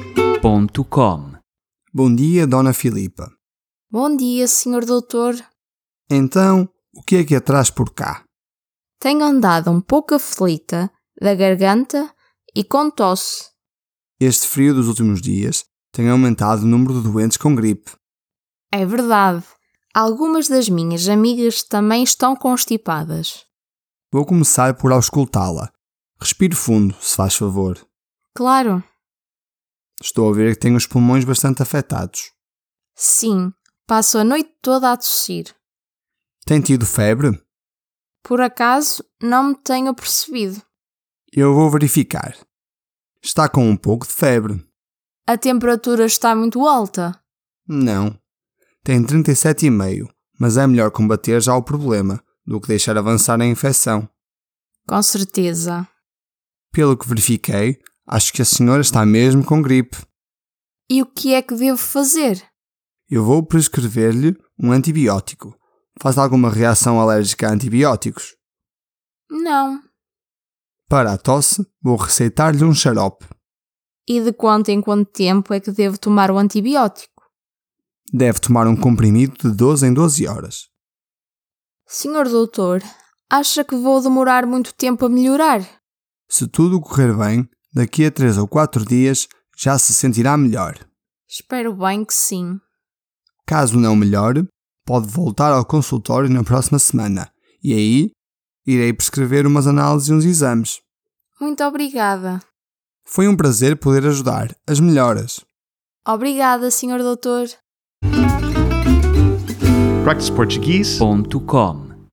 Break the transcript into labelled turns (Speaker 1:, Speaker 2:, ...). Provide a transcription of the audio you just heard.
Speaker 1: practiceportuguese.com.
Speaker 2: Bom dia, Dona Filipa.
Speaker 3: Bom dia, senhor doutor.
Speaker 2: Então, o que é que atrás por cá?
Speaker 3: Tenho andado um pouco aflita da garganta e com tosse.
Speaker 2: Este frio dos últimos dias tem aumentado o número de doentes com gripe.
Speaker 3: É verdade. Algumas das minhas amigas também estão constipadas.
Speaker 2: Vou começar por auscultá-la. Respire fundo, se faz favor.
Speaker 3: Claro,
Speaker 2: Estou a ver que tem os pulmões bastante afetados.
Speaker 3: sim, passo a noite toda a tossir.
Speaker 2: Tem tido febre?
Speaker 3: Por acaso, não me tenho percebido.
Speaker 2: Eu vou verificar. Está com um pouco de febre?
Speaker 3: A temperatura está muito alta.
Speaker 2: Não. Tem 37,5, mas é melhor combater já o problema do que deixar avançar a infecção.
Speaker 3: Com certeza.
Speaker 2: Pelo que verifiquei, acho que a senhora está mesmo com gripe.
Speaker 3: E o que é que devo fazer?
Speaker 2: Eu vou prescrever-lhe um antibiótico. Faz alguma reação alérgica a antibióticos?
Speaker 3: Não.
Speaker 2: Para a tosse, vou receitar-lhe um xarope.
Speaker 3: E de quanto em quanto tempo é que devo tomar o antibiótico?
Speaker 2: Deve tomar um comprimido de 12 em 12 horas.
Speaker 3: Senhor doutor, acha que vou demorar muito tempo a melhorar?
Speaker 2: Se tudo correr bem, daqui a 3 ou 4 dias já se sentirá melhor.
Speaker 3: Espero bem que sim.
Speaker 2: Caso não melhore, pode voltar ao consultório na próxima semana e aí irei prescrever umas análises e uns exames.
Speaker 3: Muito obrigada.
Speaker 2: Foi um prazer poder ajudar. As melhoras.
Speaker 3: Obrigada, senhor doutor.
Speaker 1: practiceportuguese.com.